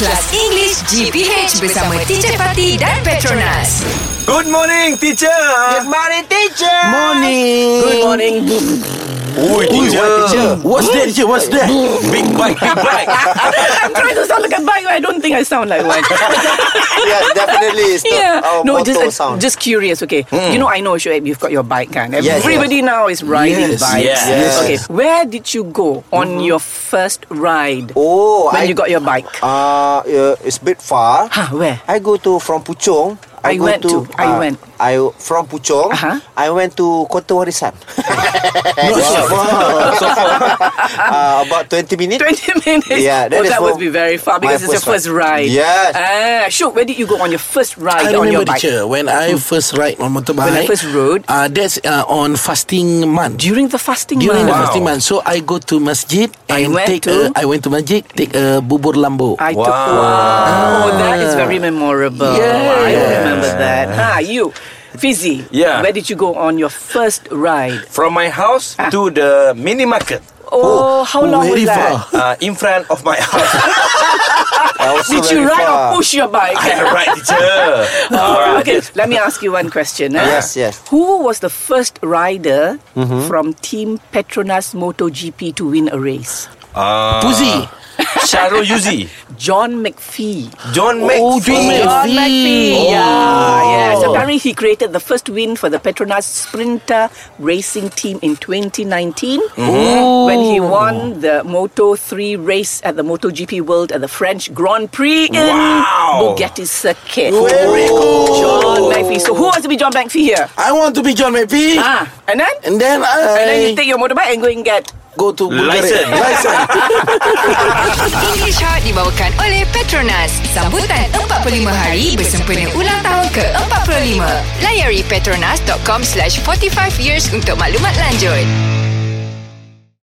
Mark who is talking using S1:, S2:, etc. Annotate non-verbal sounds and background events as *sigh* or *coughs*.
S1: Kelas English GPH bersama Teacher Fatih dan Petronas.
S2: Good morning, teacher. Good
S3: Morning teacher
S4: Morning.
S3: Good morning
S2: Oi, teacher.
S4: What's that, teacher? What's that?
S2: Big bike, big bike.
S3: *laughs* I'm trying to sound like a bike I don't think I sound like
S5: *laughs*
S3: one
S5: Oh, Yes, *laughs* definitely. It's the,
S3: Yeah
S5: our
S3: No just uh,
S5: motto sound. Hmm.
S3: just curious Okay You know I know Shoaib You've got your bike kan
S5: Yes,
S3: Everybody now is riding
S4: Yes,
S3: bikes
S2: yes,
S5: yes. Hmm.
S3: Okay Where did you go On your first ride
S5: oh, I,
S3: When you got your bike
S5: Uh, uh, it's a bit far.
S3: Huh, where? *laughs*
S5: I go to from Puchong.
S3: I
S5: go
S3: went to- I
S5: uh,
S3: went.
S5: I from Puchong.
S3: Uh-huh.
S5: I went to Kota
S3: *laughs*
S5: Warisan.
S4: No,
S3: Oh,
S4: sir.
S5: *laughs* uh, about 20 minutes.
S3: 20 minutes
S5: Yeah, that
S3: oh,
S5: is
S3: that
S5: for
S3: would be very far
S5: my
S3: Because it's your
S5: first
S3: first
S5: ride.
S3: ride
S5: Yes.
S3: Ah, Shoaib where did you go On your first ride
S4: I
S3: On your
S4: remember,
S3: bike Mm-hmm.
S4: teacher, when I first ride on motorbike.
S3: When I first rode.
S4: Uh, that's uh, on fasting month.
S3: During the fasting
S4: During
S3: month
S4: the fasting month. So, I go to masjid
S3: Mm-hmm. I
S4: and
S3: went
S4: take
S3: to-
S4: a, I went to masjid, take a bubur lambo.
S3: I took
S2: Wow.
S3: wow. that is very memorable. I
S4: Yes.
S3: remember that. Ah, you, Fizzy.
S2: Yeah.
S3: Where did you go on your first ride?
S2: From my house
S4: Ah.
S2: to the mini
S4: *laughs*
S2: market
S3: Oh, how long
S4: very
S3: was that?
S4: far.
S2: uh, in front of my house. *laughs*
S5: Also
S3: Did you
S5: very
S3: ride
S5: far.
S3: or push your bike?
S2: right, teacher.
S3: Oh, *laughs* okay, let me ask you one question. eh?
S5: Yes, yes.
S3: Who was the first rider from Team Petronas MotoGP to win a race?
S2: Uh,
S4: Puzi.
S2: Sharo Yuzi.
S3: John McPhee.
S2: John Max.
S4: Oh, John Max.
S3: John
S4: McPhee.
S3: McPhee.
S4: Oh.
S3: Yeah, yes. Apparently, he created the first win for the Petronas Sprinter Racing Team in 2019
S4: Mm-hmm.
S3: when he
S4: Oh.
S3: won the Moto 3 race at the MotoGP World at the French Grand Prix in
S2: Wow.
S3: Bugatti Circuit. Very good. John McPhee. So, who wants to be John McPhee
S4: *coughs*
S3: here?
S4: I want to be John McPhee.
S3: Ah, and then?
S4: And then I
S3: And then you take your motorbike and go and get.
S4: go to Bulgaria.
S2: License.
S4: License.
S1: English Hot dibawakan oleh Petronas. Sambutan 45 hari bersempena ulang tahun ke-45. Layari petronas.com slash 45 years untuk maklumat lanjut.